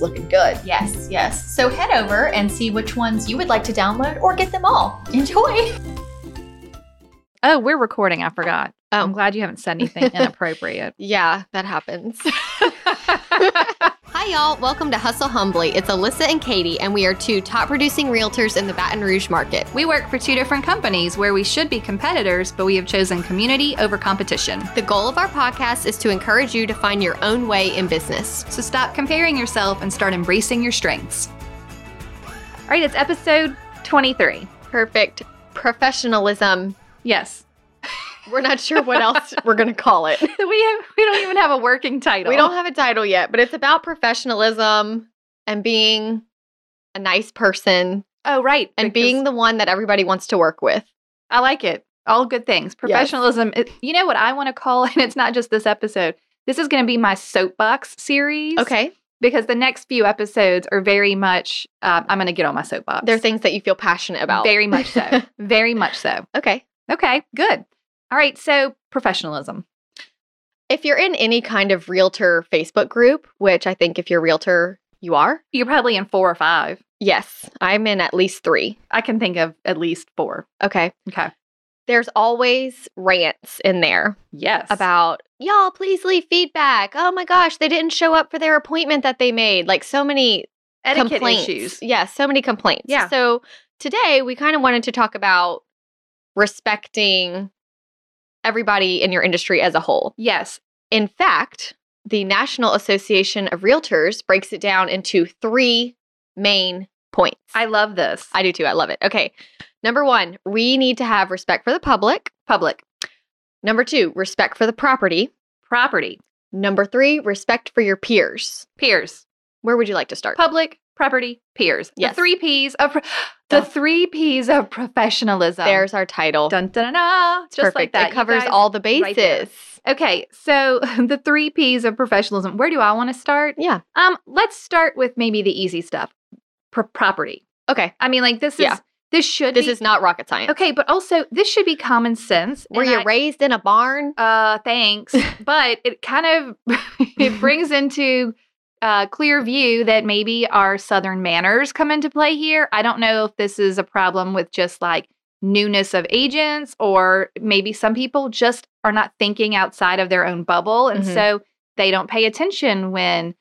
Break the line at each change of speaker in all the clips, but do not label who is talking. looking good.
Yes, yes. So head over and see which ones you would like to download or get them all. Enjoy.
Oh, we're recording. I forgot.
Oh.
I'm glad you haven't said anything inappropriate.
Yeah, that happens. Hi, y'all. Welcome to Hustle Humbly. It's Alyssa and Katie, and we are two top producing realtors in the Baton Rouge market.
We work for two different companies where we should be competitors, but we have chosen community over competition.
The goal of our podcast is to encourage you to find your own way in business.
So stop comparing yourself and start embracing your strengths.
All right, it's episode 23.
Perfect professionalism.
Yes.
We're not sure what else we're going to call it.
We have, we don't even have a working title.
We don't have a title yet, but it's about professionalism and being a nice person
Oh, right.
and
because-
being the one that everybody wants to work with.
I like it. All good things. Professionalism. It, you know what I want to call, and it's not just this episode. This is going to be my soapbox series.
Okay.
Because the next few episodes are very much, um, I'm going to get on my soapbox.
There are things that you feel passionate about.
Very much so. very much so.
okay.
Okay, good. All right. So, professionalism.
If you're in any kind of realtor Facebook group, which I think if you're a realtor, you are.
You're probably in four or five.
Yes, I'm in at least three.
I can think of at least four.
Okay.
Okay.
There's always rants in there
Yes.
about, y'all, please leave feedback. Oh my gosh, they didn't show up for their appointment that they made. Like so many
etiquette
complaints.
issues.
Yeah, so many complaints.
Yeah.
So today we kind of wanted to talk about respecting everybody in your industry as a whole.
Yes.
In fact, the National Association of Realtors breaks it down into three main points.
I love this.
I do too. I love it. Okay. Number one, we need to have respect for the public.
Public
Number two, respect for the property.
property,
Number three, respect for your peers.
peers,
Where would you like to start?
public property, peers.
Yes.
The three P's of pro- the
Duh.
three P's of professionalism.
There's our title.
dun dun dun. dun. Just
Perfect.
like that.
It
you
covers
guys-
all the
right there.
bases.
Okay, so the three P's of professionalism. Where do I want to start?
Yeah.
Um, let's start with maybe the easy stuff. Pro- property.
Okay.
I mean, like this
Yeah.
is this should
This
be,
is not rocket science.
okay, but also this should be common sense.
Were
and
you
I-
raised in a barn?
uh thanks but it kind of it brings into uh clear view that maybe our southern manners come into play here i don't know if this is a problem with just like newness of agents or maybe some people just are not thinking outside of their own bubble and
Mhm.
so they don't pay attention when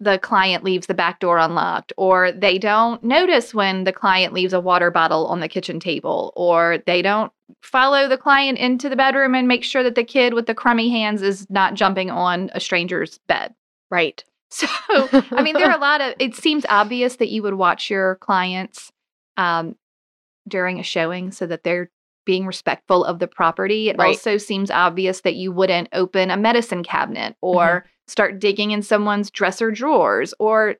the client leaves the back door unlocked or they don't notice when the client leaves a water bottle on the kitchen table or they don't follow the client into the bedroom and make sure that the kid with the crummy hands is not jumping on a stranger's bed.
Right.
So, I mean, there are a lot of, it seems obvious that you would watch your clients um, during a showing so that they're being respectful of the property. It
Right.
also seems obvious that you wouldn't open a medicine cabinet or start digging in someone's dresser drawers or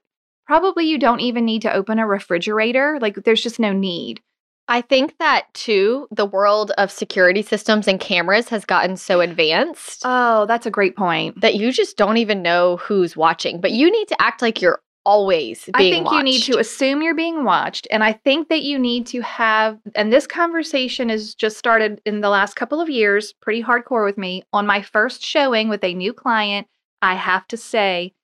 probably you don't even need to open a refrigerator. Like, there's just no need.
I think that too, the world of security systems and cameras has gotten so advanced
Oh, that's a great point.
that you just don't even know who's watching, but you need to act like you're always
I
being
think you need to
watched.
assume you're being watched. And I think that you need to have, and this conversation is just started in the last couple of years, pretty hardcore with me. On my first showing with a new client, I have to say,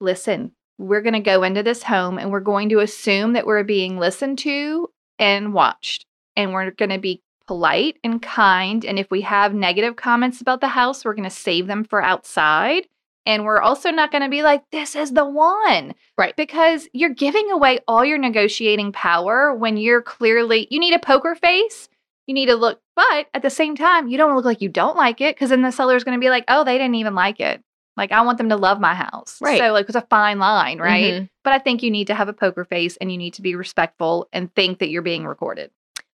listen, we're going to go into this home and we're going to assume that we're being listened to and watched. And we're going to be polite and kind. And if we have negative comments about the house, we're going to save them for outside. And we're also not going to be like, this is the one.
Right.
Because you're giving away all your negotiating power when you're clearly, you need a poker face. You need to look, but at the same time, you don't look like you don't like it because then the seller's going to be like, oh, they didn't even like it. Like, I want them to love my house.
Right.
So, like, it's a fine line, right?
Mhm.
But I think you need to have a poker face and you need to be respectful and think that you're being recorded.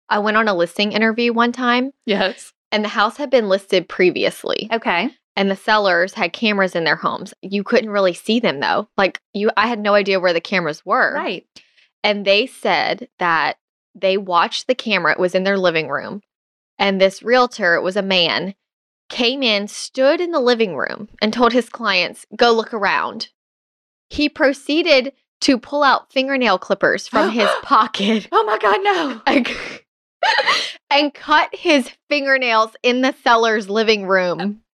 I went on a listing interview one time
Yes.
and the house had been listed previously.
Okay.
and the sellers had cameras in their homes. You couldn't really see them though. Like you I had no idea where the cameras were.
Right.
And they said that they watched the camera. It was in their living room. And this realtor, it was a man, came in, stood in the living room, and told his clients, go look around. He proceeded to pull out fingernail clippers from his pocket
Oh my God, no.
and, and cut his fingernails in the seller's living room.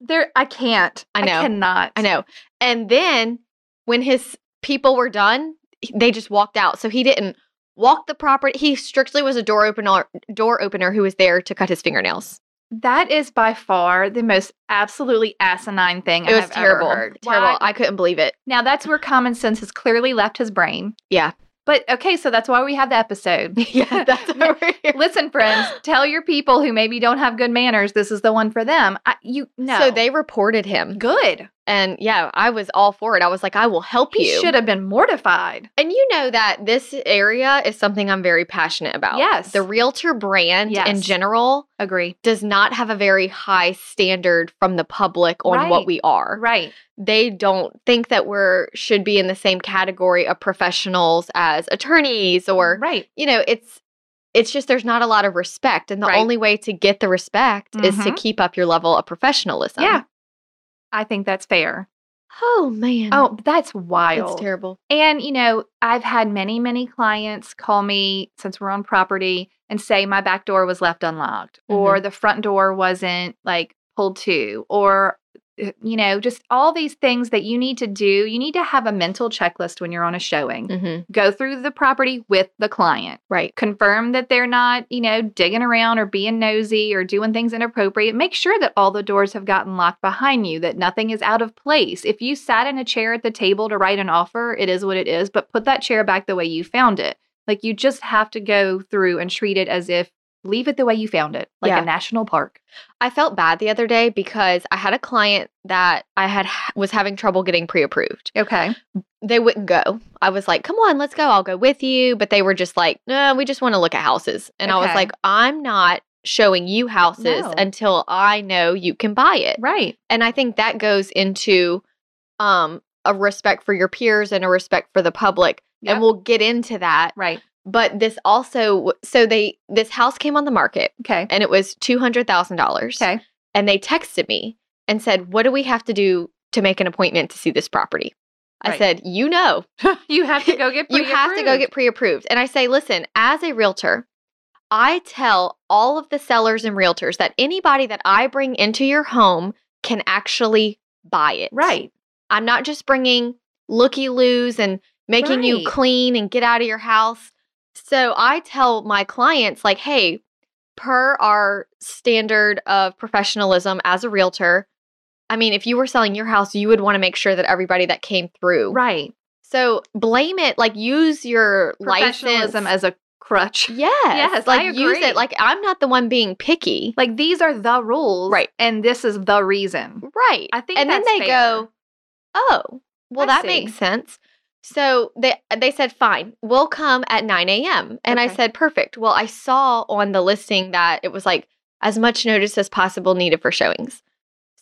There, I can't.
I know.
I cannot.
I know. And then when his people were done, he- they just walked out. So he didn't walk the property. He strictly was a door opener door opener who was there to cut his fingernails.
That is by far the most absolutely asinine thing
It
I
was
have
terrible.
ever heard.
Terrible.
Why-
I couldn't believe it.
Now that's where common sense has clearly left his brain.
Yeah.
But okay, so that's why we have the episode.
yeah, that's over here.
Listen, friends, tell your people who maybe don't have good manners this is the one for them. I, you no.
So they reported him.
good.
And yeah, I was all for it. I was like, I will help
He
you.
should have been mortified.
And you know that this area is something I'm very passionate about.
Yes.
The realtor brand in
Yes.
general
Agree.
does not have a very high standard from the public on what
Right.
we are.
Right.
They don't think that we're should be in the same category of professionals as attorneys or
right.
you know, it's it's just there's not a lot of respect and the
Mm-hmm. Right.
only way to get the respect is to
Mhm.
keep up your level of professionalism.
Yeah. I think that's fair.
Oh man.
Oh, that's wild.
it's terrible.
And, you know, I've had many, many clients call me since we're on property and say my back door was left unlocked or the front door wasn't like pulled to or, uh, you know, just all these things that you need to do. You need to have a mental checklist when you're on a showing.
Mhm.
Go through the property with the client,
Right.
confirm that they're not, you know, digging around or being nosy or doing things inappropriate. Make sure that all the doors have gotten locked behind you, that nothing is out of place. If you sat in a chair at the table to write an offer, it is what it is, but put that chair back the way you found it. Like you just have to go through and treat it as if leave it the way you found it, like
Yeah.
a national park.
I felt bad the other day because I had a client that I had was having trouble getting pre-approved.
Okay.
They wouldn't go. I was like, "Come on, let's go. I'll go with you." But they were just like, "No, we just want to look at houses." And I was
Okay.
like, "I'm not showing you houses
No.
until I know you can buy it."
Right.
And I think that goes into um a respect for your peers and a respect for the public.
Yep.
And we'll get into that.
Right.
But this also so they this house came on the market
Okay.
and it was $200,000
Okay.
and they texted me and said, What do we have to do to make an appointment to see this property? I
Right.
said, You know,
You have to go get
you have to go
pre-approved.
get pre approved. And I say, Listen, as a realtor, I tell all of the sellers and realtors that anybody that I bring into your home can actually buy it.
Right.
I'm not just bringing looky loos and making you
Right.
clean and get out of your house. So I tell my clients, like, hey, per our standard of professionalism as a realtor, I mean, if you were selling your house, you would want to make sure that everybody that came through.
Right.
So blame it, like, use your license.
Professionalism as a crutch.
yes,
Yes, I
like use
agree.
it. Like, I'm not the one being picky.
Like these are the rules.
Right.
And this is the reason.
Right.
I think
and
that's
then they
fair.
go, "Oh, well,
I
that
see.
makes sense." So they they said, "Fine, we'll come at 9 a.m." And I
Okay.
said, "Perfect." Well, I saw on the listing that it was like as much notice as possible needed for showings.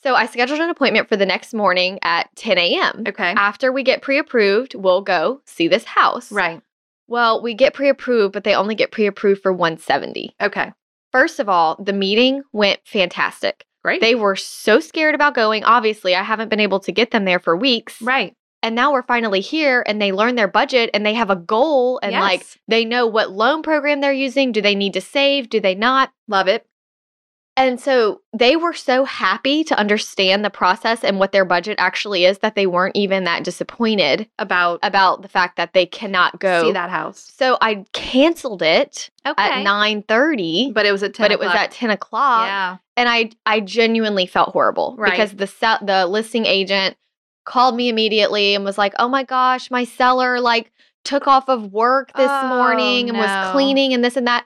So I scheduled an appointment for the next morning at 10 a.m.
Okay.
After we get pre-approved, we'll go see this house.
Right.
Well, we get pre-approved, but they only get pre-approved for 170.
Okay.
First of all, the meeting went fantastic.
Great.
They were so scared about going. Obviously, I haven't been able to get them there for weeks.
right.
And now we're finally here and they learn their budget and they have a goal and like
Yes.
they know what loan program they're using. Do they need to save? Do they not?
Love it.
And so they were so happy to understand the process and what their budget actually is that they weren't even that disappointed
About
about the fact that they cannot go.
see that house.
So I canceled it
Okay.
at 9:30, but,
but it was at ten.
it was
o'clock.
at 10 o'clock
yeah.
and I I genuinely felt horrible
Right.
because the se- the listing agent called me immediately and was like, "Oh my gosh, my seller like took off of work this
Oh,
morning and was
no.
cleaning and this and that."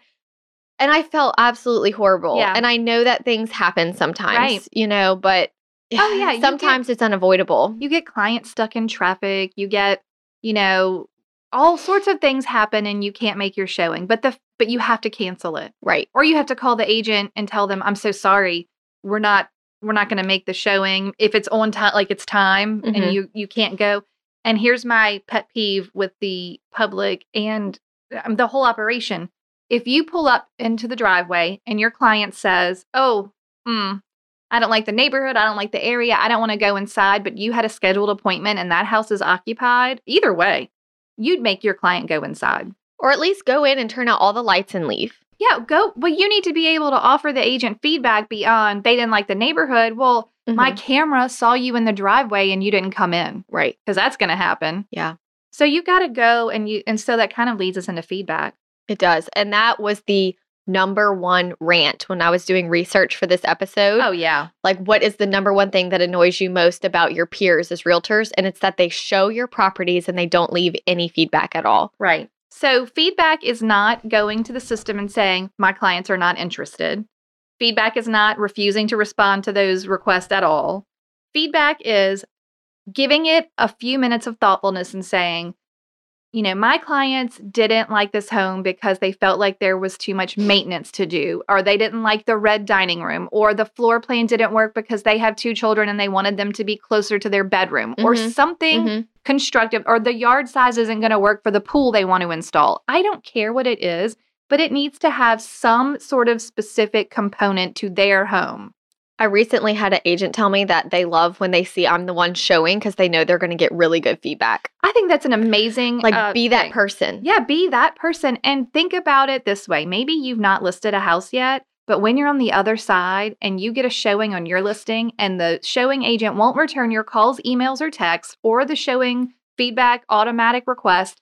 And I felt absolutely horrible.
Yeah.
And I know that things happen sometimes,
Right.
you know, but
Oh, yeah, you get-
sometimes it's unavoidable.
You get clients stuck in traffic. You get, you know, all sorts of things happen, and you can't make your showing. But the but you have to cancel it,
Right.
or you have to call the agent and tell them, "I'm so sorry, we're not we're not going to make the showing if it's on time like it's time and
Mhm.
you you can't go and here's my pet peeve with the public and um, the whole operation if you pull up into the driveway and your client says oh mm, i don't like the neighborhood i don't like the area i don't want to go inside but you had a scheduled appointment and that house is occupied either way you'd make your client go inside
Or at least go in and turn out all the lights and leave.
yeah, go. But you need to be able to offer the agent feedback beyond they didn't like the neighborhood. Well, my
Mhm.
camera saw you in the driveway and you didn't come in
Mm-hmm, right.
because that's going to happen.
Yeah.
So you got to go and you, and so that kind of leads us into feedback.
It does. And that was the number one rant when I was doing research for this episode.
Oh, yeah.
Like, what is the number one thing that annoys you most about your peers as realtors? And it's that they show your properties and they don't leave any feedback at all.
Right. So feedback is not going to the system and saying, my clients are not interested. Feedback is not refusing to respond to those requests at all. Feedback is giving it a few minutes of thoughtfulness and saying, you know, my clients didn't like this home because they felt like there was too much maintenance to do, or they didn't like the red dining room, or the floor plan didn't work because they have two children and they wanted them to be closer to their bedroom, or
Mhm.
something
Mhm.
constructive or the yard size isn't going to work for the pool they want to install. I don't care what it is, but it needs to have some sort of specific component to their home.
I recently had an agent tell me that they love when they see I'm the one showing because they know they're going to get really good feedback.
I think that's an amazing
Like,
uh,
be that
thing.
person.
Yeah, be that person and think about it this way. Maybe you've not listed a house yet, but when you're on the other side and you get a showing on your listing and the showing agent won't return your calls, emails, or texts or the showing feedback automatic request,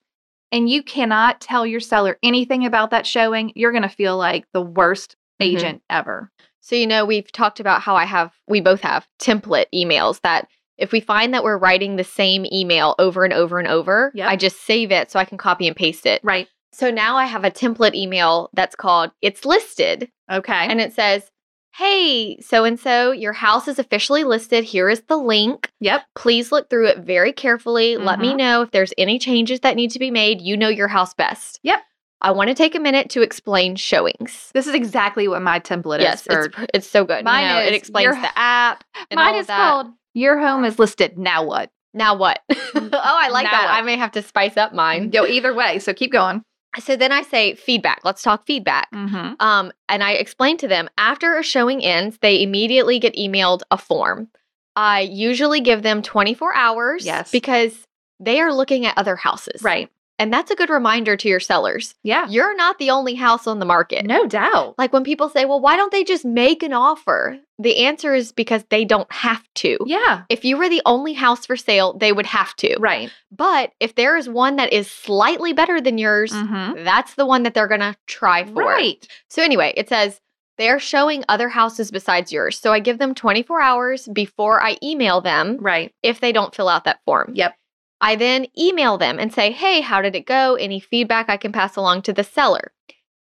and you cannot tell your seller anything about that showing, you're going to feel like the worst
Mhm.
agent ever.
So, you know, we've talked about how I have, we both have template emails that if we find that we're writing the same email over and over and over,
Yep.
I just save it so I can copy and paste it.
Right.
So now I have a template email that's called It's Listed.
Okay.
And it says, Hey, so and so, your house is officially listed. Here is the link.
yep.
Please look through it very carefully. Let me
Mhm.
know if there's any changes that need to be made. You know your house best.
Yep.
I want to take a minute to explain showings.
This is exactly what my template
yes,
is for.
it's, pr- it's so good. You
Mine
know,
is
it explains
your-
the app. and
Mine
all of
is
that.
called Your Home is Listed. Now what?
Now What. oh, I like
Now
that.
What.
I may have to spice up mine.
Go either way. So keep going.
So then I say feedback. Let's talk feedback.
Mm-hmm.
Um, and I explained to them after a showing ends, they immediately get emailed a form. I usually give them 24 hours
Yes.
because they are looking at other houses.
Right.
And that's a good reminder to your sellers.
Yeah.
You're not the only house on the market.
No doubt.
Like when people say, well, why don't they just make an offer? The answer is because they don't have to.
Yeah.
If you were the only house for sale, they would have to.
Right.
But if there is one that is slightly better than yours,
Mm-hmm.
that's the one that they're going to try for.
Right.
So anyway, it says they're showing other houses besides yours. So I give them 24 hours before I email them
Right.
if they don't fill out that form.
Yep.
I then email them and say, "Hey, how did it go? Any feedback I can pass along to the seller?"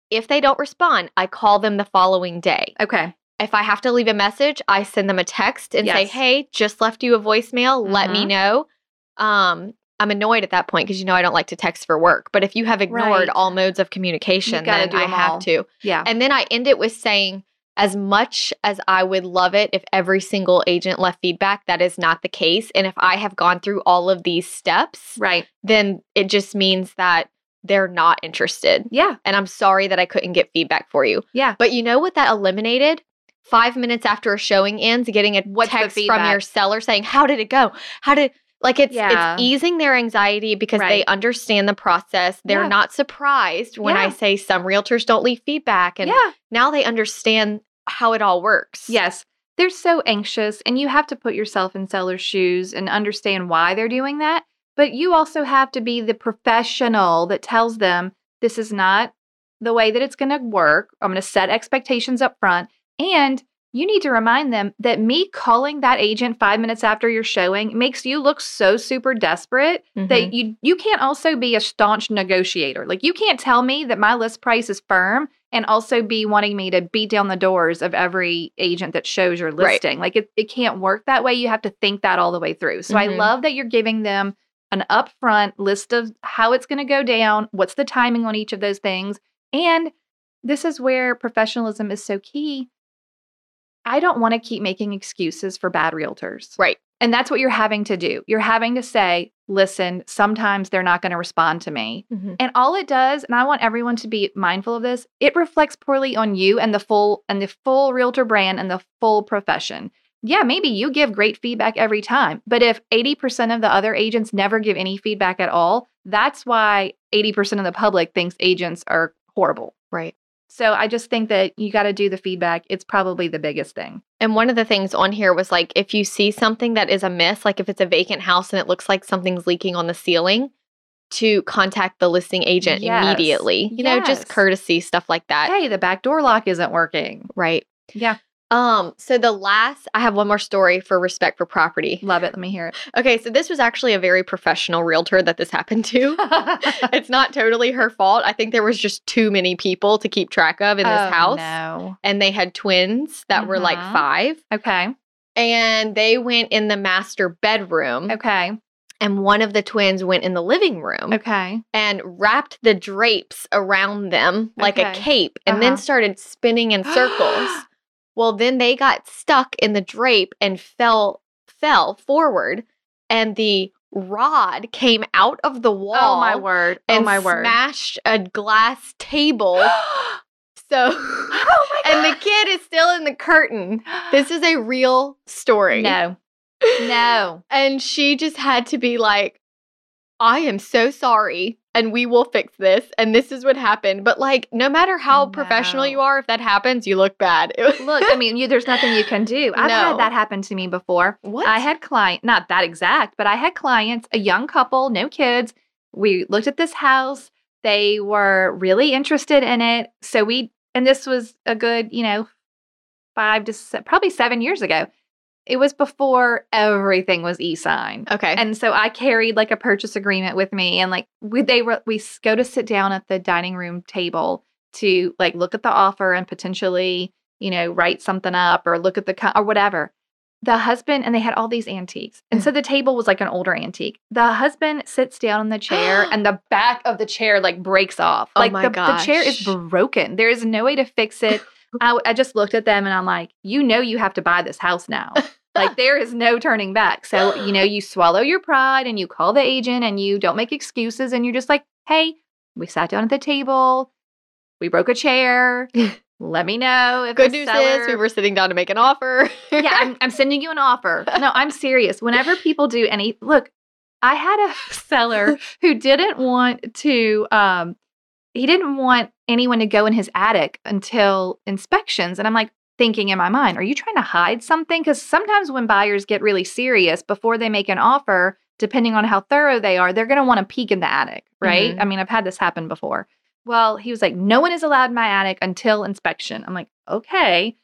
If they don't respond, I call them the following day.
Okay.
If I have to leave a message, I send them a text and say,
Yes. Mm-hmm.
"Hey, just left you a voicemail. Let me know." Um I'm annoyed at that point because you know I don't like to text for work. But if you have ignored
Right.
all modes of communication,
gotta
then
do
I
'em
have
all.
to.
Yeah.
And then I end it with saying, as much as I would love it if every single agent left feedback, that is not the case. And if I have gone through all of these steps,
Right.
then it just means that they're not interested.
Yeah.
And I'm sorry that I couldn't get feedback for you.
Yeah.
But you know what that eliminated? Five minutes after a showing ends, getting a
What's the
text from
feedback?
your seller saying, How did it go? How did like it's
Yeah.
it's easing their anxiety because they
Right.
understand the process. They're
Yeah.
not surprised when I
Yeah.
say some realtors don't leave feedback and
yeah.
now they understand how it all works.
Yes. They're so anxious, and you have to put yourself in seller's shoes and understand why they're doing that. But you also have to be the professional that tells them this is not the way that it's going to work. I'm going to set expectations up front. And you need to remind them that me calling that agent five minutes after your showing makes you look so super desperate
They,
that you you can't also be a staunch negotiator. Like you can't tell me that my list price is firm and also be wanting me to beat down the doors of every agent that shows your
Right.
listing. Like it, it can't work that way. You have to think that all the way through. So I
Mhm.
love that you're giving them an upfront list of how it's going to go down, what's the timing on each of those things, and this is where professionalism is so key. I don't want to keep making excuses for bad realtors.
Right.
And that's what you're having to do. You're having to say, listen, sometimes they're not going to respond to me.
Mhm.
And all it does, and I want everyone to be mindful of this, it reflects poorly on you and the full and the full realtor brand and the full profession. Yeah, maybe you give great feedback every time, but if 80% of the other agents never give any feedback at all, that's why 80% of the public thinks agents are horrible.
Right.
So I just think that you got to do the feedback. It's probably the biggest thing.
And one of the things on here was like if you see something that is amiss, like if it's a vacant house and it looks like something's leaking on the ceiling, to contact the listing agent
Yes.
immediately. You know,
Yes.
just courtesy stuff like that.
Hey, the back door lock isn't working.
Right.
Yeah.
Um, so the last I have one more story for respect for property.
Love it. Let me hear it.
Okay, so this was actually a very professional realtor that this happened to. it's not totally her fault. I think there was just too many people to keep track of in this
Oh,
house.
No.
And they had twins that were like
Mhm.
five.
Okay.
And they went in the master bedroom.
Okay.
And one of the twins went in the living room
Okay.
and wrapped the drapes around them like a
Okay.
cape and then
Uh-huh.
started spinning in circles. well, then they got stuck in the drape and fell fell forward and the rod came out of the wall
Oh my word. Oh
and
my word.
smashed a glass table. so
oh
and the kid is still in the curtain. This is a real story.
No. No.
And she just had to be like, I am so sorry, and we will fix this, and this is what happened. But like, no matter how professional
Oh, No.
you are, if that happens, you look bad. It was-
Look, I mean, you, there's nothing you can do. I've
No.
had that happen to me before.
what?
I had client, not that exact, but I had clients, a young couple, no kids. We looked at this house. They were really interested in it. So we, and this was a good, you know, five to se- probably seven years ago. It was before everything was e-sign.
okay.
And so I carried like a purchase agreement with me, and like we they were we s- go to sit down at the dining room table to like look at the offer and potentially you know write something up or look at the co- or whatever. The husband and they had all these antiques, and
Mm.
so the table was like an older antique. The husband sits down in the chair, and the back of the chair like breaks off.
Oh
Like
my
the, the chair is
gosh.
broken. There is no way to fix it. I, I just looked at them and I'm like, you know, you have to buy this house now. like, there is no turning back. So, you know, you swallow your pride and you call the agent and you don't make excuses and you're just like, hey, we sat down at the table, we broke a chair. Let me know if
Good
the
news
seller-
is we were sitting down to make an offer.
yeah, I'm, I'm sending you an offer. No, I'm serious. Whenever people do any, look, I had a seller who didn't want to, um, he didn't want anyone to go in his attic until inspections. And I'm like thinking in my mind, are you trying to hide something? Because sometimes when buyers get really serious before they make an offer, depending on how thorough they are, they're going to want to peek in the attic, right?
Mhm.
I mean, I've had this happen before. Well, he was like, no one is allowed in my attic until inspection. I'm like, okay.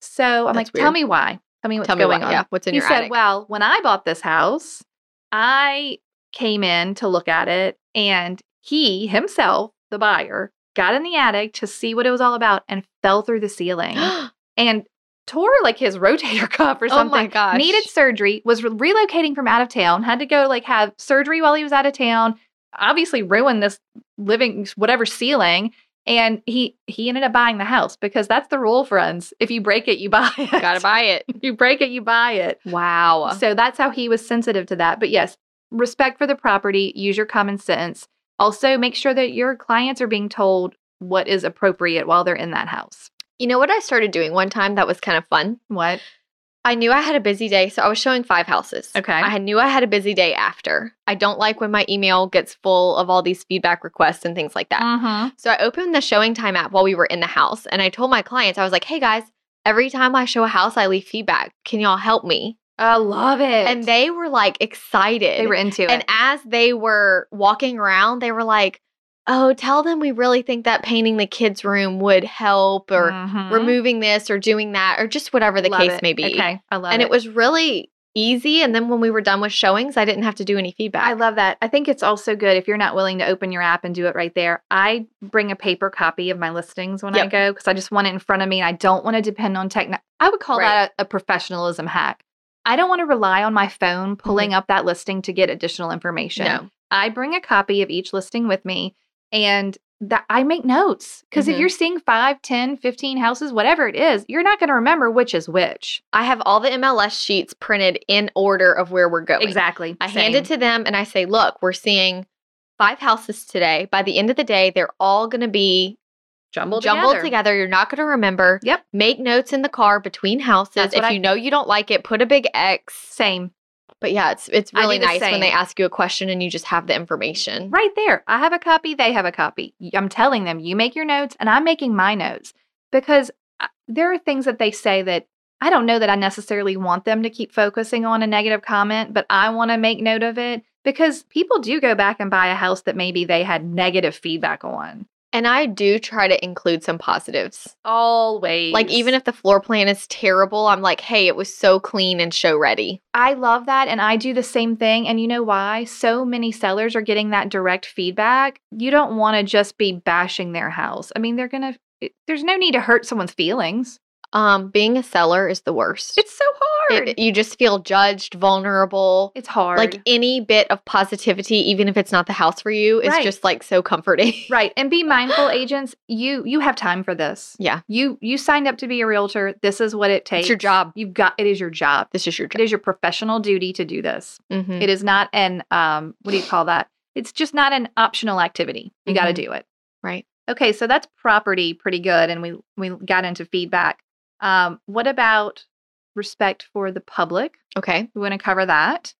So I'm
That's
like, tell
weird.
me why. Tell me what's
Tell me
going
what,
on.
yeah, what's in
he
your
said,
attic?
well, when I bought this house, I came in to look at it and he himself, the buyer, got in the attic to see what it was all about and fell through the ceiling and tore like his rotator cuff or
oh
something
my gosh.
needed surgery, was re- relocating from out of town, had to go like have surgery while he was out of town, obviously ruined this living whatever ceiling. And he he ended up buying the house because that's the rule, friends. If you break it, you buy it.
Gotta buy it.
you break it, you buy it.
Wow.
So that's how he was sensitive to that. But yes, respect for the property, use your common sense. Also make sure that your clients are being told what is appropriate while they're in that house.
You know what I started doing one time that was kind of fun?
What?
I knew I had a busy day, so I was showing five houses.
Okay.
I had- knew I had a busy day after. I don't like when my email gets full of all these feedback requests and things like that.
Mhm.
So I opened the showing time app while we were in the house and I told my clients, I was like, hey guys, every time I show a house, I leave feedback. Can y'all help me?
I love it.
And they were like excited.
they were into it.
and as they were walking around, they were like, oh, tell them we really think that painting the kids' room would help or
Mhm.
removing this or doing that or just whatever the
Love
case
it.
may be
Okay, I love
and
it.
it. was really easy. And then when we were done with showings, I didn't have to do any feedback.
I love that. I think it's also good if you're not willing to open your app and do it right there. I bring a paper copy of my listings when I
Yep.
go because I just want it in front of me. And I don't want to depend on techno. I would call
Right.
that a, a professionalism hack. I don't want to rely on my phone pulling up that listing to get additional information.
Mm-hmm. No.
I bring a copy of each listing with me. And that I make notes because if
Mhm.
you're seeing five, 10, 15 houses, whatever it is, you're not going to remember which is which.
I have all the MLS sheets printed in order of where we're going.
Exactly.
I hand it to them and I say, look, we're seeing five houses today. By the end of the day, they're all going to be
jumbled,
jumbled together. You're not going to remember.
Yep.
Make notes in the car between houses.
That's
if
what I-
you know you don't like it, put a big X.
Same.
But yeah, it's it's
I do
really
the
nice when
same.
they ask you a question and you just have the information.
Right there. I have a copy, they have a copy. Y- I'm telling them, you make your notes and I'm making my notes because I- there are things that they say that I don't know that I necessarily want them to keep focusing on a negative comment, but I want to make note of it because people do go back and buy a house that maybe they had negative feedback on.
And I do try to include some positives.
Always.
Like even if the floor plan is terrible, I'm like, hey, it was so clean and show ready.
I love that. And I do the same thing. And you know why? So many sellers are getting that direct feedback. You don't want to just be bashing their house. I mean, they're going to, there's no need to hurt someone's feelings.
Um, being a seller is the worst.
It's so hard.
It- you just feel judged, vulnerable.
it's hard.
Like any bit of positivity, even if it's not the house for you, is
Right.
just like so comforting.
right. And be mindful agents, you you have time for this.
Yeah.
You you signed up to be a realtor. This is what it takes.
It's your job.
You've got it is your job.
This is your
It
job.
is your professional duty to do this.
Mhm.
It is not an um what do you call that? It's just not an optional activity. You got to do it.
Mm-hmm. Right.
Okay, so that's property pretty good and we we got into feedback. Um what about respect for the public?
Okay.
We want to cover that.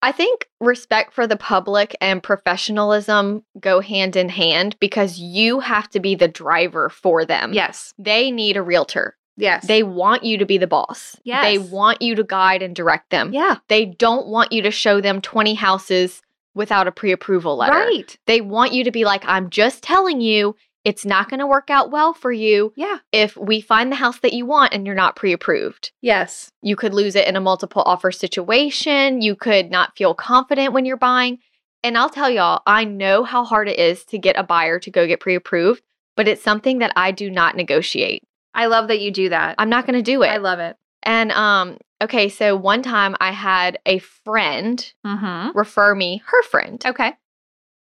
I think respect for the public and professionalism go hand in hand because you have to be the driver for them.
Yes.
They need a realtor.
Yes.
Um, They want you to be the boss. They
Yes.
want you to guide and direct them.
yeah.
They don't want you to show them 20 houses without a pre approval letter.
Right.
They want you to be like, I'm just telling you, it's not going to work out well for you
Yeah.
if we find the house that you want and you're not pre approved.
Yes.
You could lose it in a multiple offer situation. You could not feel confident when you're buying. And I'll tell y'all, I know how hard it is to get a buyer to go get pre approved, but it's something that I do not negotiate.
I love that you do that.
I'm not going to do it.
I love it.
and um, okay, so one time I had a friend
Mm-hmm.
refer me her friend.
Okay.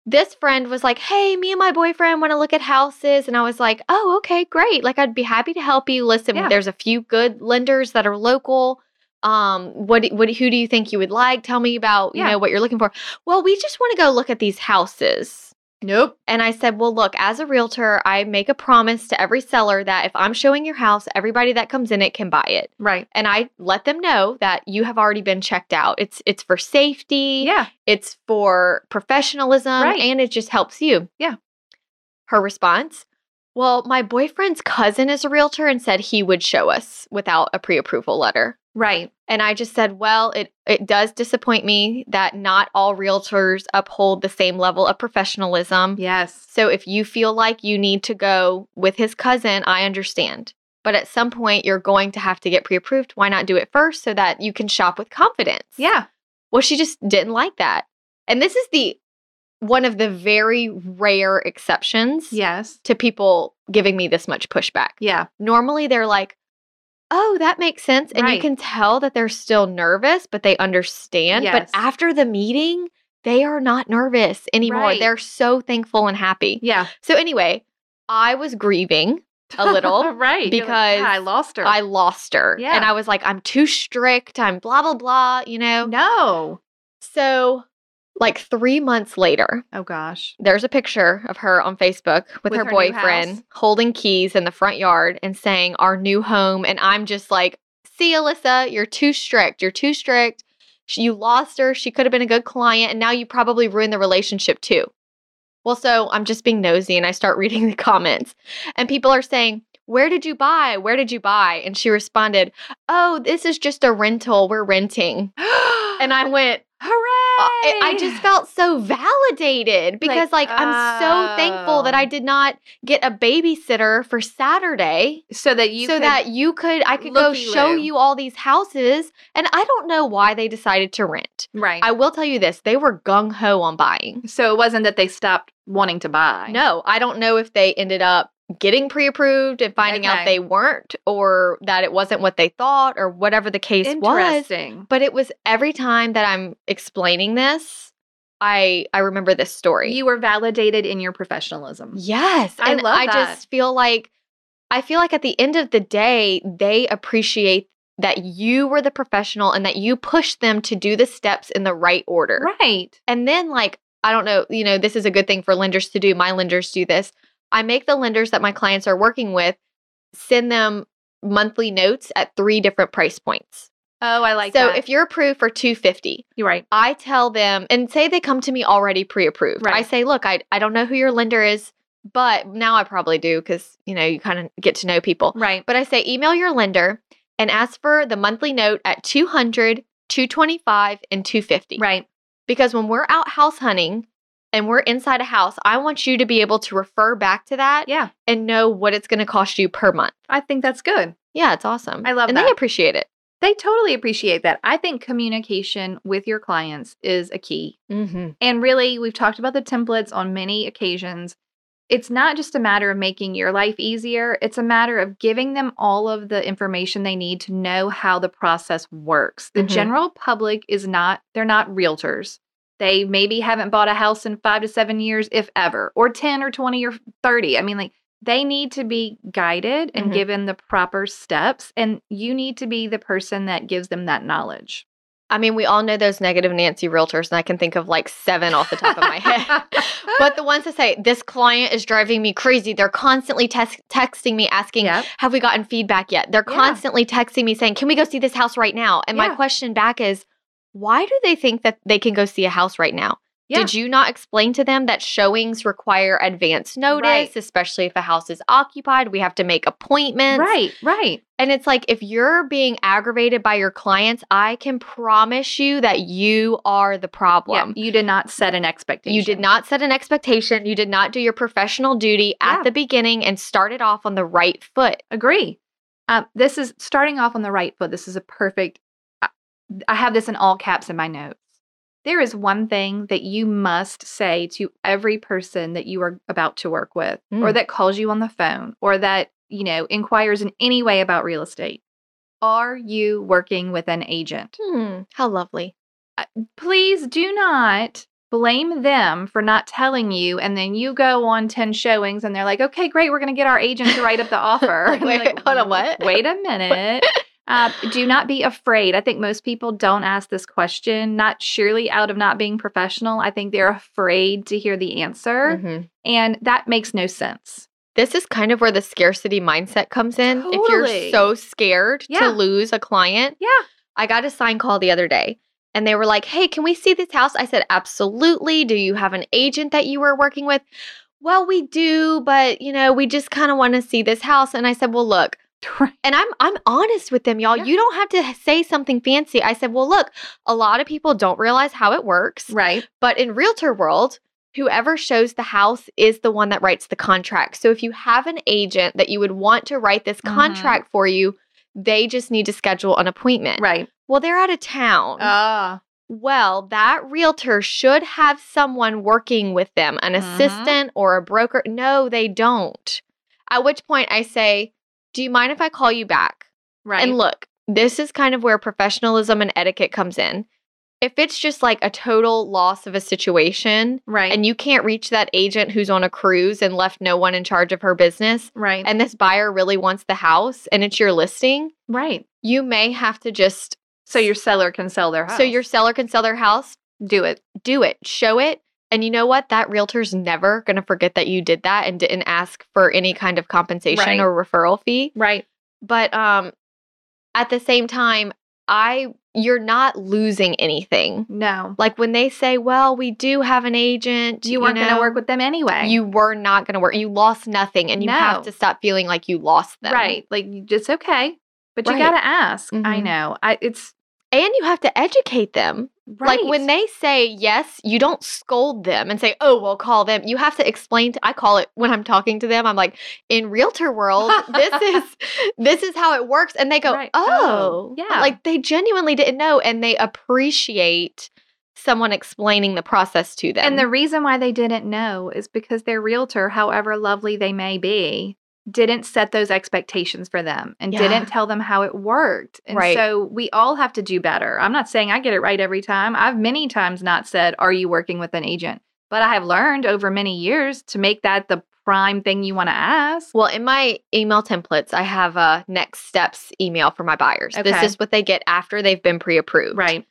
This friend was like, Hey, me and my boyfriend want to look at houses. And I was like, Oh, okay, great. Like, I'd be happy to help you. Listen,
Yeah.
there's a few good lenders that are local. Um, what, do- what, who do you think you would like? Tell me about, you
Yeah.
know, what you're looking for. Well, we just want to go look at these houses.
Nope.
And I said, Well, look, as a realtor, I make a promise to every seller that if I'm showing your house, everybody that comes in it can buy it.
Right.
And I let them know that you have already been checked out. It's it's for safety
Yeah.
it's for professionalism
Right.
and it just helps you.
Yeah.
Her response Well, my boyfriend's cousin is a realtor and said he would show us without a pre approval letter.
Right.
And I just said, Well, it, it does disappoint me that not all realtors uphold the same level of professionalism.
Yes.
So if you feel like you need to go with his cousin, I understand. But at some point, you're going to have to get pre approved. Why not do it first so that you can shop with confidence?
Yeah.
Well, she just didn't like that. And this is the one of the very rare exceptions
Yes.
to people giving me this much pushback.
Yeah.
Normally they're like, "Oh, that makes sense." And
Right.
you can tell that they're still nervous, but they understand.
Yes.
But after the meeting, they are not nervous anymore.
Right.
They're so thankful and happy.
Yeah.
So anyway, I was grieving a little
right. You're like,
because
"Yeah, I lost her.
I lost her.
Yeah.
And I was like, I'm too strict. I'm blah, blah, blah, you know?
no.
So, like three months later,
Oh gosh.
there's a picture of her on Facebook with,
With
her,
her new house.
boyfriend holding keys in the front yard and saying, Our new home. And I'm just like, See, Alyssa, you're too strict. You're too strict. She- You lost her. She could have been a good client. And now you probably ruined the relationship too. Well, so I'm just being nosy and I start reading the comments. And people are saying, Where did you buy? Where did you buy? And she responded, Oh, this is just a rental. We're renting.
and
And I went, uh,
hooray!
it- I just felt so validated because, like, I'm so thankful that
oh.
I did not get a babysitter for Saturday.
so that you
so
could-
that you could, I could go
Looky-loo.
show you all these houses. And I don't know why they decided to rent.
right.
I will tell you this they were gung ho on buying.
so it wasn't that they stopped wanting to buy.
No, I don't know if they ended up getting pre approved and finding
Okay.
out they weren't or that it wasn't what they thought or whatever the case was.
Interesting.
But it was every time that I'm explaining this, I I remember this story.
You were validated in your professionalism.
yes,
I
and
love
I just feel like I feel like at the end of the day, they appreciate that you were the professional and that you pushed them to do the steps in the right order.
Right.
And then, like, I don't know, you know, this is a good thing for lenders to do. My lenders do this. I make the lenders that my clients are working with send them monthly notes at three different price points.
Oh, I like
so
that.
if you're approved for 250,
you're right.
I tell them and say they come to me already pre-approved. I
Right.
say, "Look, I I don't know who your lender is, but now I probably do cuz you know, you kind of get to know people.
Right.
But I say email your lender and ask for the monthly note at 200, 225 and 250
Right.
because when we're out house hunting and we're inside a house, I want you to be able to refer back to that
Yeah.
and know what it's going to cost you per month.
I think that's good.
Yeah, it's awesome.
I love
and they
that.
appreciate it.
They totally appreciate that. I think communication with your clients is a key.
Mm-hmm.
And really, we've talked about the templates on many occasions. It's not just a matter of making your life easier, it's a matter of giving them all of the information they need to know how the process works. The
Mhm.
general public is not, they're not realtors. They maybe haven't bought a house in five to seven years, if ever, or 10 or 20 or 30. I mean, like, they need to be guided and
Mhm.
given the proper steps, and you need to be the person that gives them that knowledge.
I mean, we all know those negative Nancy realtors, and I can think of like seven off the top of my head. But the ones that say, this client is driving me crazy, they're constantly tes- texting me asking,
Yep.
have we gotten feedback yet? They're
Yeah.
constantly texting me saying, can we go see this house right now? And
Yeah.
my question back is, why do they think that they can go see a house right now?
Yeah.
Did you not explain to them that showings require advance notice,
Right.
especially if a house is occupied? We have to make appointments.
Right, right.
And it's like, if you're being aggravated by your clients, I can promise you that you are the problem.
Yeah, you did not set an expectation.
You did not set an expectation. You did not do your professional duty at
Yeah.
the beginning and started off on the right foot.
agree. Um, this is starting off on the right foot. This is a perfect. I, I have this in all caps in my notes. There is one thing that you must say to every person that you are about to work with, or
Mm.
that calls you on the phone, or that you know inquires in any way about real estate. Are you working with an agent?
Hmm, how lovely.
please do not blame them for not telling you and then you go on 10 showings and they're like okay great we're going to get our agent to write up the offer
Like,
And you're
wait, hold on, what?
wait a minute uh, do not be afraid i think most people don't ask this question not surely out of not being professional i think they're afraid to hear the answer
Mhm.
and that makes no sense
This is kind of where the scarcity mindset comes in. If
Totally.
you're so scared
Yeah.
to lose a client.
Yeah.
I got a sign call the other day and they were like, hey, can we see this house? I said, absolutely. Do you have an agent that you were working with? Well, we do, but you know, we just kind of want to see this house. And I said, well, look, and I'm I'm honest with them, y'all.
Yeah.
You don't have to say something fancy. I said, well, look, a lot of people don't realize how it works,
right
but in realtor world, whoever shows the house is the one that writes the contract. So if you have an agent that you would want to write this
Mhm.
contract for you, they just need to schedule an appointment.
right
Well, they're out of town.
ah
well, that realtor should have someone working with them, an
Mhm.
assistant or a broker. No, they don't. At which point I say, do you mind if I call you back?
right
And look, this is kind of where professionalism and etiquette comes in. If it's just like a total loss of a situation
right
and you can't reach that agent who's on a cruise and left no one in charge of her business,
right
and this buyer really wants the house and it's your listing,
right
you may have to just
so your seller can sell their house
so your seller can sell their house,
do it
do it, show it. And you know what? That realtor's never going to forget that you did that and didn't ask for any kind of compensation
Right.
or referral fee.
right
but um at the same time i you're not losing anything
No.
like when they say well we do have an agent
You weren't going
know,
to work with them anyway.
you were not going to work you lost nothing and you have
No.
to stop feeling like you lost them
right. Like you- it's okay, but you
Right.
got to ask. I
Mhm.
know. I it's
and you have to educate them
right.
like when they say yes you don't scold them and say oh well call them you have to explain to, i call it when i'm talking to them i'm like in realtor world this is this is how it works and they go
Right.
oh,
Oh, yeah.
like they genuinely didn't know and they appreciate someone explaining the process to them
and the reason why they didn't know is because their realtor, however lovely they may be, didn't set those expectations for them and
Yeah.
didn't tell them how it worked. And
Right.
so we all have to do better. I'm not saying I get it right every time. I've many times not said, Are you working with an agent? But I have learned over many years to make that the prime thing you want to ask.
Well, in my email templates, I have a next steps email for my buyers. This
Okay.
is what they get after they've been pre approved.
Right,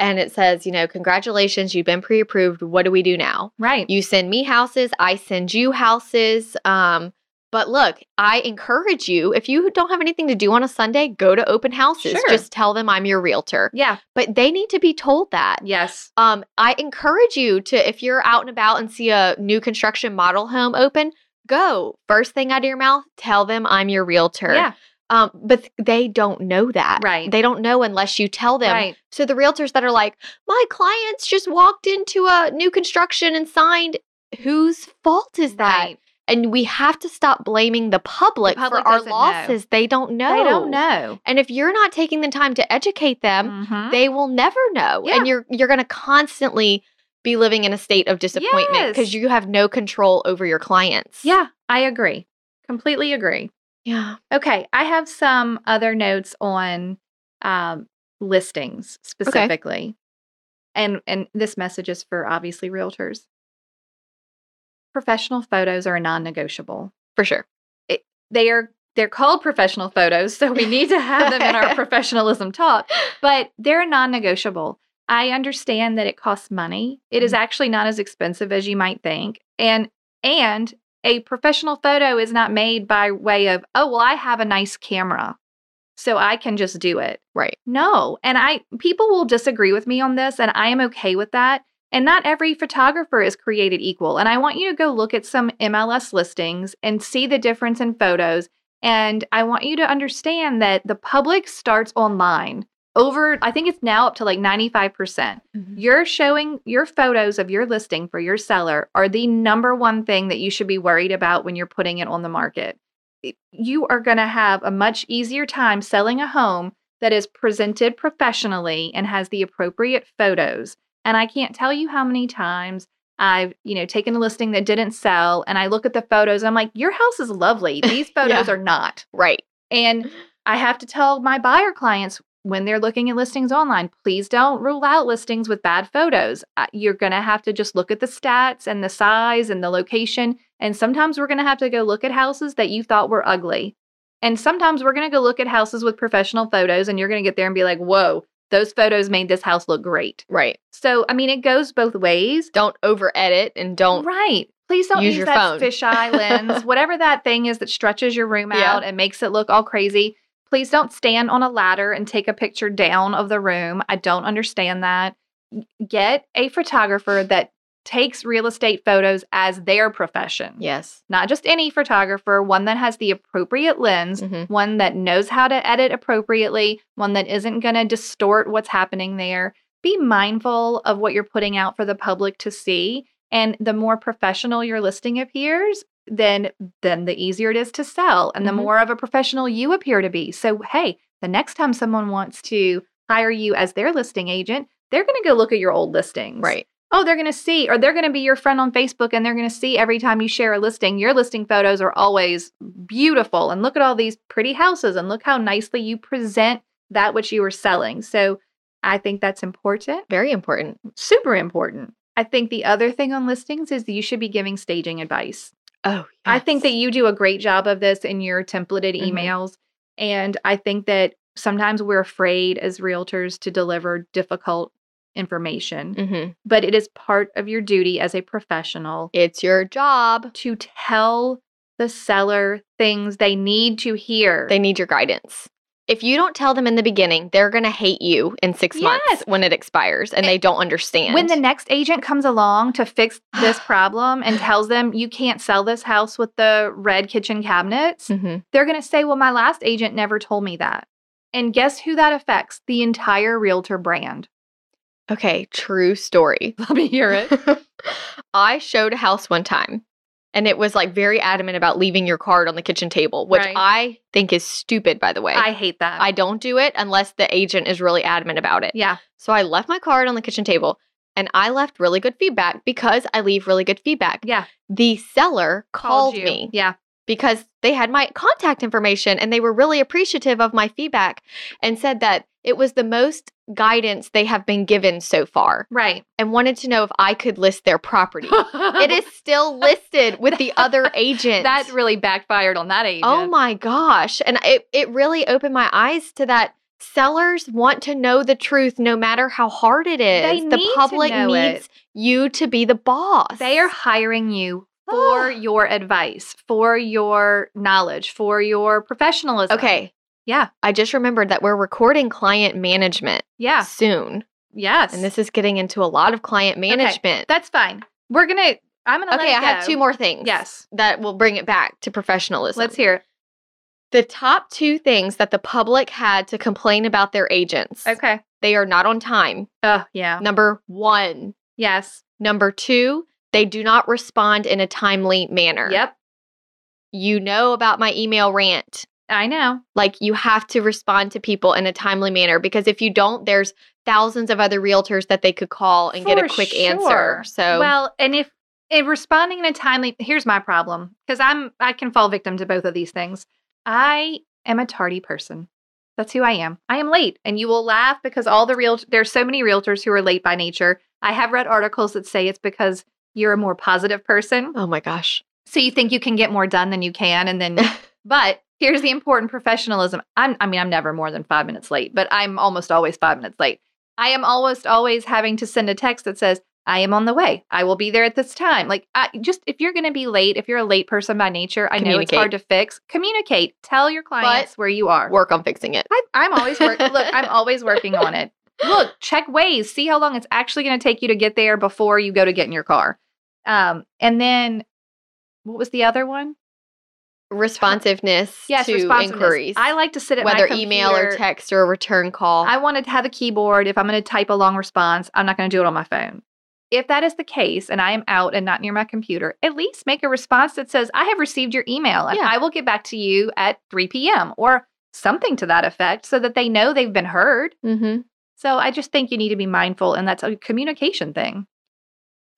And it says, you know, congratulations, you've been pre approved. What do we do now?
right.
You send me houses, I send you houses. Um, but look, I encourage you if you don't have anything to do on a Sunday, go to open houses.
Sure.
Just tell them I'm your realtor.
yeah,
But they need to be told that.
yes.
Um, I encourage you to, if you're out and about and see a new construction model home open, go first thing out of your mouth, tell them I'm your realtor.
Yeah,
Um, but th- they don't know that.
Right.
They don't know unless you tell them.
right.
So the realtors that are like, my clients just walked into a new construction and signed, whose fault is that?
Right.
And we have to stop blaming the public,
public
for our
doesn't know.
losses. They don't know.
They don't know.
And if you're not taking the time to educate them,
Mhm.
they will never know
Yeah.
and you're you're going to constantly be living in a state of disappointment
Yes.
because you have no control over your clients
Yeah, I agree. Completely agree.
yeah
Okay, I have some other notes on um, listings specifically, and and this message is for obviously realtors. Professional photos are a non-negotiable.
for sure
They are they're called professional photos, so we need to have them in our professionalism talk. But they're non-negotiable. I understand that it costs money. It is actually not as expensive as you might think, and and a professional photo is not made by way of, oh, well, I have a nice camera, so I can just do it.
Right.
No. And I, people will disagree with me on this, and I am okay with that. And not every photographer is created equal. And I want you to go look at some MLS listings and see the difference in photos. And I want you to understand that the public starts online over, I think it's now up to like 95%
Mm-hmm.
you're showing your photos of your listing for your seller are the number one thing that you should be worried about when you're putting it on the market. It- You are going to have a much easier time selling a home that is presented professionally and has the appropriate photos. And I can't tell you how many times I've, you know, taken a listing that didn't sell and I look at the photos and I'm like, your house is lovely. These photos are not.
right
And I have to tell my buyer clients when they're looking at listings online, please don't rule out listings with bad photos. Uh, You're going to have to just look at the stats and the size and the location. And sometimes we're going to have to go look at houses that you thought were ugly. And sometimes we're going to go look at houses with professional photos, and you're going to get there and be like, whoa, those photos made this house look great.
right
So, I mean, it goes both ways.
don't over edit and don't
Right. Please don't
Use
use,
your
that
phone.
fisheye lens, whatever that thing is that stretches your room
Yeah.
out and makes it look all crazy. Please don't stand on a ladder and take a picture down of the room. I don't understand that. Get a photographer that takes real estate photos as their profession.
yes
Not just any photographer, one that has the appropriate lens,
Mhm.
one that knows how to edit appropriately, one that isn't going to distort what's happening there. Be mindful of what you're putting out for the public to see, and the more professional your listing appears, then then the easier it is to sell and the
Mhm.
more of a professional you appear to be. So, hey, the next time someone wants to hire you as their listing agent, they're going to go look at your old listings
right
oh, they're going to see, or they're going to be your friend on Facebook and they're going to see every time you share a listing. Your listing photos are always beautiful. And look at all these pretty houses and look how nicely you present that which you are selling. So I think that's important,
very important
super important. I think the other thing on listings is you should be giving staging advice.
oh
I think that you do a great job of this in your templated
Mhm.
emails. And I think that sometimes we're afraid as realtors to deliver difficult information
hmm
but it is part of your duty as a professional
it's your job
to tell the seller things they need to hear.
they need your guidance if you don't tell them in the beginning they're going to hate you in six
Yes.
months when it expires and they don't understand
when the next agent comes along to fix this problem and tells them you can't sell this house with the red kitchen cabinets,
Mhm.
they're going to say, Well, my last agent never told me that. And guess who that affects? The entire realtor brand.
okay true story
Let me hear it.
I showed a house one time and it was like very adamant about leaving your card on the kitchen table, which
Right.
I think is stupid, by the way.
I hate that.
I don't do it unless the agent is really adamant about it.
yeah.
So I left my card on the kitchen table and I left really good feedback because I leave really good feedback.
Yeah.
The seller called,
you.
me
Yeah.
because they had my contact information and they were really appreciative of my feedback and said that it was the most guidance they have been given so far
Right.
and wanted to know if I could list their property. it is still listed with the other agent.
That really backfired on that agent.
Oh my gosh. And it, it really opened my eyes to that sellers want to know the truth no matter how hard it is.
They
the
need to
public
know it.
needs you to be the boss.
They are hiring you
Ah.
for your advice, for your knowledge, for your professionalism.
Okay.
Yeah.
I just remembered that we're recording client management
Yeah.
soon.
Yes.
And this is getting into a lot of client management.
That's fine. We're gonna. I'm gonna.
okay, I
let it
have
go.
two more things.
Yes.
That will bring it back to professionalism.
Let's hear. it.
the top two things that the public had to complain about their agents.
Okay.
They are not on time.
Oh yeah.
Number one,
Yes.
Number two, they do not respond in a timely manner.
Yep.
You know about my email rant.
I know.
Like, you have to respond to people in a timely manner because if you don't, there's thousands of other realtors that they could call and get a
For
quick
sure.
answer. So,
well, and if in responding in a timely, here's my problem because I'm I can fall victim to both of these things. I am a tardy person. That's who I am. I am late, and you will laugh because all the real there's so many realtors who are late by nature. I have read articles that say it's because you're a more positive person,
oh my gosh.
so you think you can get more done than you can, and then. but here's the important professionalism. I'm, I mean, I'm never more than five minutes late, but I'm almost always five minutes late. I am almost always having to send a text that says, I am on the way. I will be there at this time. Like, I, just if you're going to be late, if you're a late person by nature, I know it's
Communicate.
hard to fix. Communicate. Tell your clients where you are.
Work on fixing it.
I, I'm always work- look. I'm always working on it. Look, check ways. See how long it's actually going to take you to get there before you go to get in your car. Um, and then, what was the other one?
Responsiveness
yes,
to
responsiveness.
inquiries,
I like to sit at
whether
my
email or
computer.
text or a return call.
I want to have a keyboard. If I'm going to type a long response, I'm not going to do it on my phone. If that is the case, and I am out and not near my computer, at least make a response that says, "I have received your email, and
Yeah.
I will get back to you at 3 p.m." or something to that effect, so that they know they've been heard.
mm-hmm.
So I just think you need to be mindful, and that's a communication thing.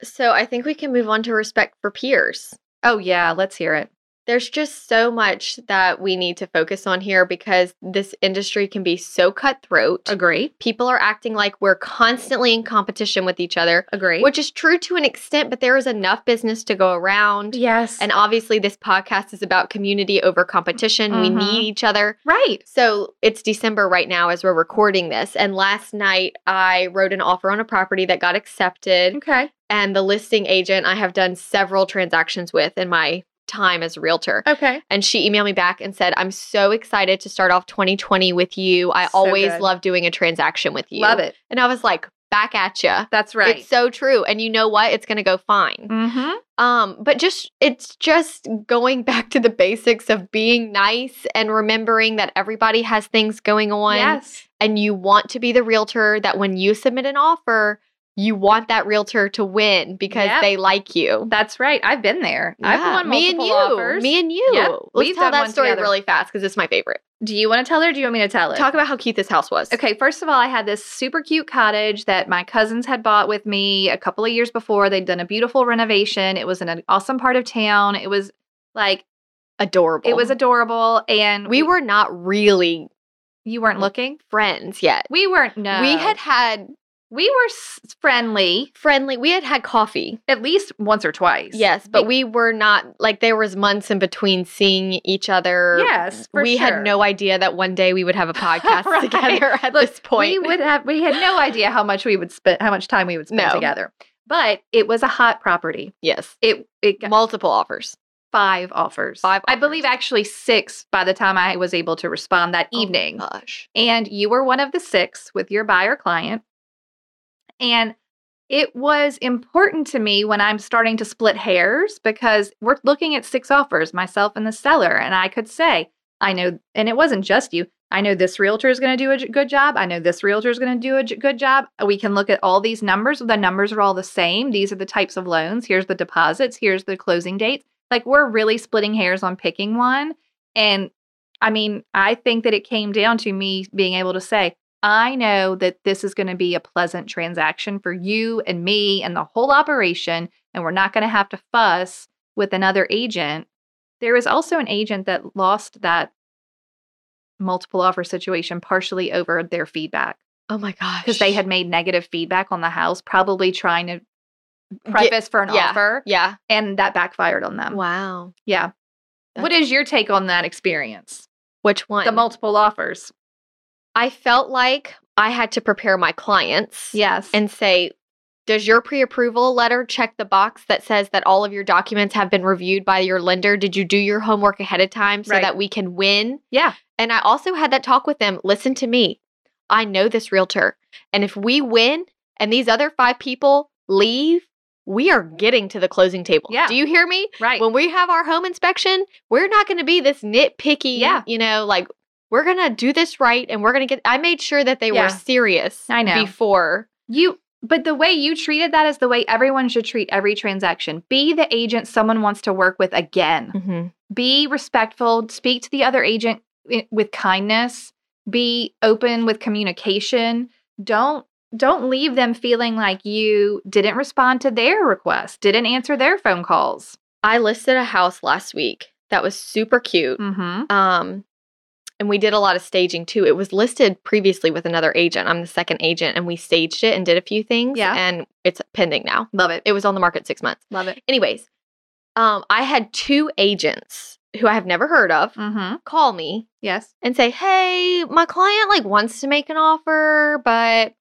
So, I think we can move on to respect for peers.
Oh yeah, let's hear it.
There's just so much that we need to focus on here because this industry can be so cutthroat.
Agree.
People are acting like we're constantly in competition with each other,
Agree.
which is true to an extent, but there is enough business to go around.
yes,
And obviously, this podcast is about community over competition. We
Mhm.
need each other.
right.
So it's December right now as we're recording this. And last night, I wrote an offer on a property that got accepted.
Okay.
And the listing agent I have done several transactions with in my time as a realtor.
Okay.
And she emailed me back and said, I'm so excited to start off 2020 with you. I
So
always
good.
love doing a transaction with you.
Love it.
And I was like, back at ya.
That's right.
It's so true. And you know what? It's going to go fine.
mm-hmm.
Um, but just, it's just going back to the basics of being nice and remembering that everybody has things going on.
Yes.
And you want to be the realtor that when you submit an offer, you want that realtor to win because
Yep.
they like you.
That's right. I've been there. I've
Yeah,
won multiple
me and you.
offers.
Me and you.
Yep,
Let's
we've
tell
done
that
one
story
together.
really fast because it's my favorite.
do you want to tell her? Or do you want me to tell it?
Talk about how cute this house was.
Okay, first of all, I had this super cute cottage that my cousins had bought with me a couple of years before. They'd done a beautiful renovation. It was in an awesome part of town. It was like
Adorable.
it was adorable, and
we were not really
you weren't looking.
friends yet.
We weren't. No,
We had had
we were s- friendly
friendly. We had had coffee.
at least once or twice.
Yes, but we were not like there was months in between seeing each other.
yes, for
we
sure.
had no idea that one day we would have a podcast
Right.
together at
Look,
this point.
We would have we had no idea how much we would spend how much time we would spend
No.
together. But it was a hot property.
yes.
It it got
Multiple offers.
five offers.
Five
I believe
offers.
actually six by the time I was able to respond that
Oh my
evening.
Gosh.
and you were one of the six with your buyer client. And it was important to me when I'm starting to split hairs because we're looking at six offers, myself and the seller. And I could say, I know, and it wasn't just you. I know this realtor is going to do a j- good job. I know this realtor is going to do a j- good job. Uh, We can look at all these numbers. The numbers are all the same. These are the types of loans. Here's the deposits. Here's the closing dates. Like we're really splitting hairs on picking one. And I mean, I think that it came down to me being able to say, I know that this is going to be a pleasant transaction for you and me and the whole operation, and we're not going to have to fuss with another agent There was also an agent that lost that multiple offer situation partially over their feedback
Oh my gosh.
because they had made negative feedback on the house, probably trying to preface for an
yeah.
offer,
Yeah.
and that backfired on them.
Wow.
Yeah. What is your take on that experience?
Which one?
The multiple offers.
I felt like I had to prepare my clients
Yes.
and say, does your pre approval letter check the box that says that all of your documents have been reviewed by your lender? Did you do your homework ahead of time so
Right.
that we can win?
Yeah.
And I also had that talk with them listen to me. I know this realtor. And if we win and these other five people leave, we are getting to the closing table.
Yeah.
Do you hear me?
right.
when we have our home inspection, we're not going to be this nitpicky,
Yeah.
you know, like we're going to do this right and we're going to get I made sure that they
Yeah.
were serious
I know.
before.
You but the way you treated that is the way everyone should treat every transaction. Be the agent someone wants to work with again. Be respectful, speak to the other agent i- with kindness, be open with communication. Don't don't leave them feeling like you didn't respond to their request, didn't answer their phone calls.
I listed a house last week that was super cute.
Mhm.
Um and we did a lot of staging too. It was listed previously with another agent. I'm the second agent and we staged it and did a few things
Yeah.
and it's pending now.
Love it.
It was on the market 6 months.
Love it.
Anyways, um I had two agents who I have never heard of
Mhm.
call me
Yes.
and say, "Hey, my client like wants to make an offer, but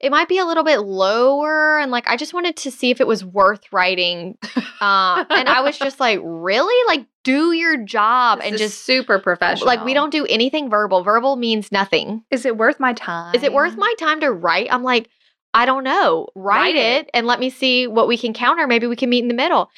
it might be a little bit lower and like I just wanted to see if it was worth writing." Uh, and I was just like, "Really? Like do your job
This
and
is
just
super professional.
like we don't do anything verbal. Verbal means nothing.
Is it worth my time?
Is it worth my time to write?" I'm like, "I don't know. Write
Write
it and let me see what we can counter. Maybe we can meet in the middle."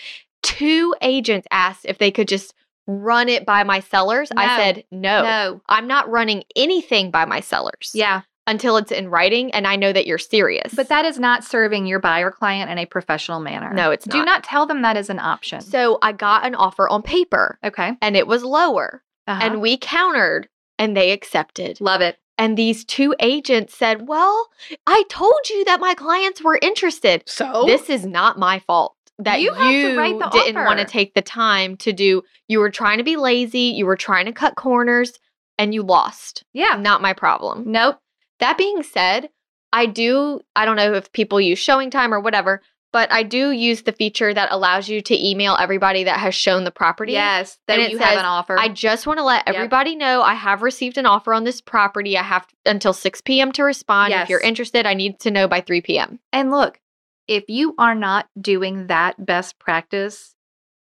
Two agents asked if they could just run it by my sellers. I
No.
said,
No.
I'm not running anything by my sellers
Yeah.
until it's in writing and I know that you're serious.
But that is not serving your buyer client in a professional manner.
No, it's
Do
not.
not tell them that is an option.
so I got an offer on paper
okay.
and it was lower
Uh-huh.
and we countered and they accepted.
love it.
And these two agents said, "Well, I told you that my clients were interested.
So
This is not my fault." That Oh. you,
You have to write the
didn't want to
offer.
take the time to do, you were trying to be lazy, you were trying to cut corners, and you lost.
yeah.
Not my problem.
Nope.
That being said, I do, I don't know if people use showing time or whatever, but I do use the feature that allows you to email everybody that has shown the property.
Yes.
And
That
it
you
says,
have an offer.
I just want to let
Yep.
everybody know I have received an offer on this property. I have until 6 p.m. to respond. If you're
Yes.
interested, I need to know by 3 p.m.
and look, if you are not doing that best practice,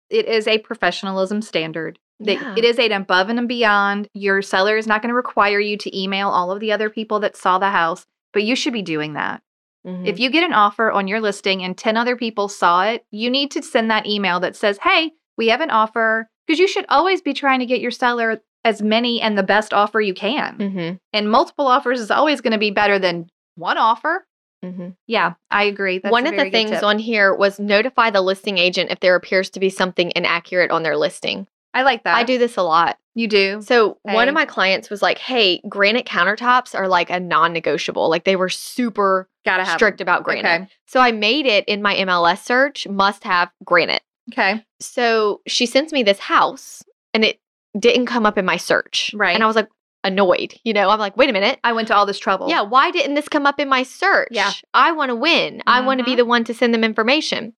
it is a professionalism standard. That
Yeah.
It is an above and beyond. Your seller is not going to require you to email all of the other people that saw the house, but you should be doing that. If
Mm-hmm.
you get an offer on your listing and 10 other people saw it, you need to send that email that says, Hey, we have an offer. Because you should always be trying to get your seller as many and the best offer you can.
Mm-hmm.
And multiple offers is always going to be better than one offer.
Mm-hmm.
Yeah, I agree. That's
One
a
of
very
the
good
things
tip.
on here was notify the listing agent if there appears to be something inaccurate on their listing.
I like that.
I do this a lot.
You do.
So one
Okay.
of my clients was like, "Hey, granite countertops are like a non-negotiable. Like they were super
Gotta have 'em.
strict about granite."
Okay.
So I made it in my MLS search must have granite.
Okay.
So she sends me this house and it didn't come up in my search.
Right.
And I was like annoyed, you know. I'm like, "Wait a minute.
I went to all this trouble.
Yeah, why didn't this come up in my search?
Yeah.
I want to win. I want to be
Mhm.
the one to send them information."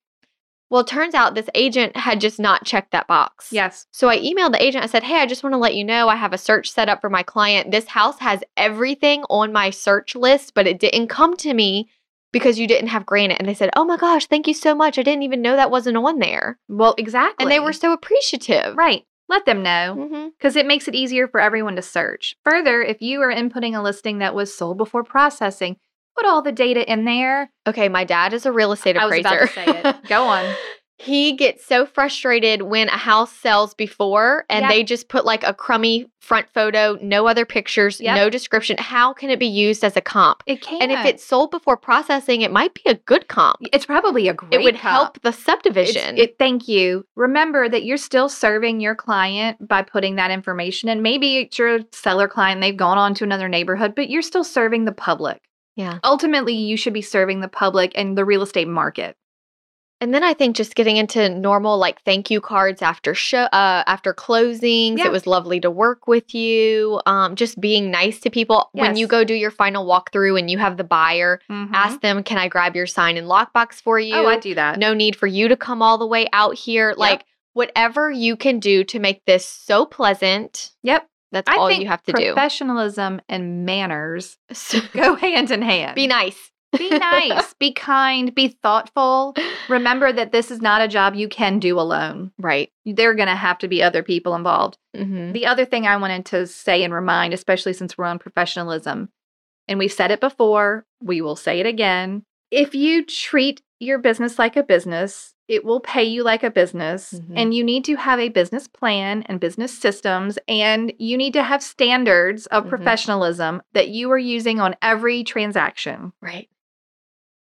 Well, it turns out this agent had just not checked that box.
Yes.
So I emailed the agent. I said, Hey, I just want to let you know I have a search set up for my client. This house has everything on my search list, but it didn't come to me because you didn't have granite. And they said, Oh my gosh, thank you so much. I didn't even know that wasn't on there.
Well, exactly.
And they were so appreciative.
right. Mm-hmm. Let them know.
hmm
because it makes it easier for everyone to search. Further, if you are inputting a listing that was sold before processing, put all the data in there.
Okay, my dad is a real estate
I was
appraiser.
about to say it. Go on.
He gets so frustrated when a house sells before and
Yep.
they just put like a crummy front photo, no other pictures,
Yep.
no description. How can it be used as a comp?
It can.
And if it's sold before processing, it might be a good comp.
it's probably a great
it would
cup.
help the
It's-
subdivision.
It, thank you. Remember that you're still serving your client by putting that information, and maybe it's your seller client. They've gone on to another neighborhood, but you're still serving the public.
Yeah.
Ultimately, you should be serving the public and the real estate market.
And then I think just getting into normal like thank you cards after show uh, after closings.
Yeah.
It was lovely to work with you. Um, just being nice to people when you
Yes.
go do your final walkthrough and you have the buyer
Mhm.
ask them, "Can I grab your sign and lockbox for you?"
oh, I do that.
no need for you to come all the way out here. Like whatever you can do to make this so pleasant.
Yep.
That's
I
all
think
you have to do.
professionalism and manners
So,
go hand in hand.
be nice.
Be nice, be kind, be thoughtful. Remember that this is not a job you can do alone.
Right.
There are going to have to be other people involved.
Mm-hmm.
hmm
The other thing I wanted to say and remind, especially since we're on professionalism, and we've said it before, we will say it again. If you treat your business like a business, it will pay you like a business,
Mhm.
and you need to have a business plan and business systems, and you need to have standards of
Mhm.
professionalism that you are using on every transaction.
Right.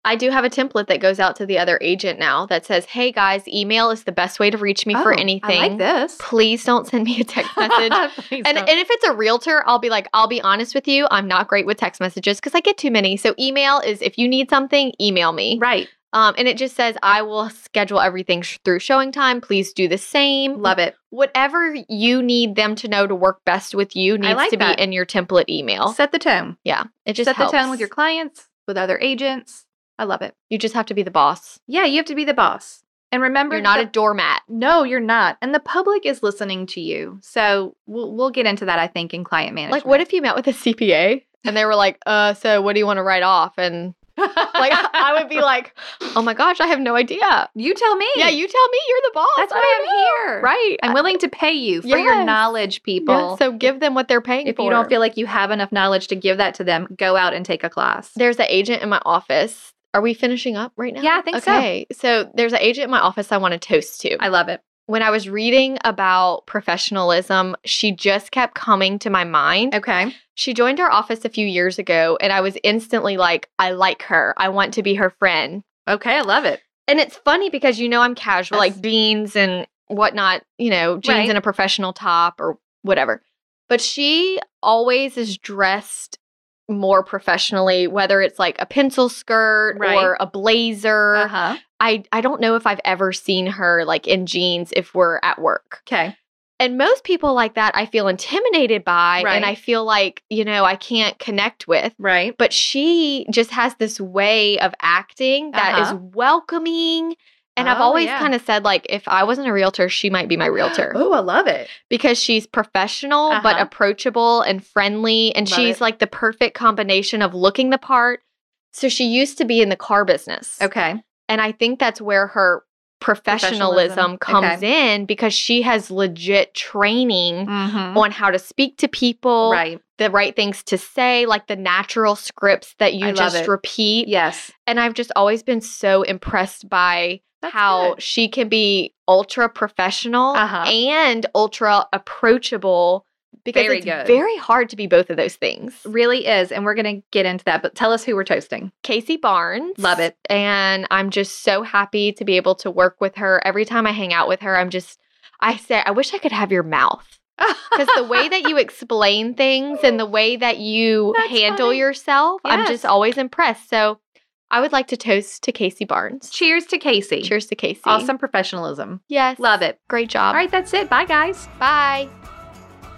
I do have a template that goes out to the other agent now that says, "Hey guys, email is the best way to reach me for
Oh, I
anything.
I like this.
Please don't send me a text message."
Please
And,
don't.
and if it's a realtor, I'll be like, I'll be honest with you, I'm not great with text messages because I get too many. So email is if you need something, email me.
right.
Um, and it just says, I will schedule everything sh- through showing time. Please do the same.
Love it.
Whatever you need them to know to work best with you needs
like
to be
that.
in your template email.
Set the tone.
yeah, it just
Set
helps.
the tone with your clients, with other agents. I love it.
You just have to be the boss.
Yeah, you have to be the boss. And remember,
You're not a
the-
doormat.
no, you're not. And the public is listening to you. So we'll, we'll get into that, I think, in client management.
Like, what if you met with a CPA and they were like, "Uh, so what do you want to write off?" And like, I would be like, "Oh my gosh, I have no idea."
you tell me?
Yeah, you tell me. You're the boss.
That's
I
why
don't
I'm here.
know. Right.
I'm willing to pay you for your
Yes.
knowledge, people.
Yeah, so give them what they're paying
if
for.
you don't feel like you have enough knowledge to give that to them, go out and take a class.
there's an agent in my office. Are we finishing up right now?
Yeah, I think so.
okay. so. there's an agent in my office I want to toast to.
I love it.
when I was reading about professionalism, she just kept coming to my mind.
Okay.
She joined our office a few years ago, and I was instantly like, I like her. I want to be her friend.
Okay. I love it.
And it's funny because you know I'm casual,
Yes.
like jeans and whatnot, you know, jeans
Right.
and a professional top or whatever. But she always is dressed more professionally, whether it's like a pencil skirt
Right.
or a blazer.
Uh-huh.
I, I don't know if I've ever seen her like in jeans if we're at work.
Okay.
And most people like that I feel intimidated by
Right.
and I feel like, you know, I can't connect with.
Right.
But she just has this way of acting that is
Uh-huh.
welcoming. And I've
Oh,
always
yeah.
kind of said, like, if I wasn't a realtor, she might be my realtor
Oh, I love it.
because she's professional but
Uh-huh.
approachable and friendly. And
Love
she's
it.
like the perfect combination of looking the part. So she used to be in the car business.
Okay.
And I think that's where her professionalism,
Professionalism.
comes in because she has legit training
Mm-hmm.
on how to speak to people,
Right.
the right things to say, like the natural scripts that
I
you
love
just
it.
repeat.
Yes.
And I've just always been so impressed by
That's
how
good.
she can be ultra professional
Uh-huh.
and ultra approachable because
Very
it's
good.
very hard to be both of those things.
really is. And we're going to get into that. But tell us who we're toasting.
Casey Barnes.
Love it.
And I'm just so happy to be able to work with her. Every time I hang out with her, I'm just, I say, I wish I could have your mouth. Because the way that you explain things and the way that you
That's
handle
funny.
yourself, I'm
Yes.
just always impressed. So I would like to toast to Casey Barnes.
Cheers to Casey.
Cheers to Casey.
Awesome professionalism.
Yes.
Love it.
Great job.
All right, that's it. Bye, guys.
Bye.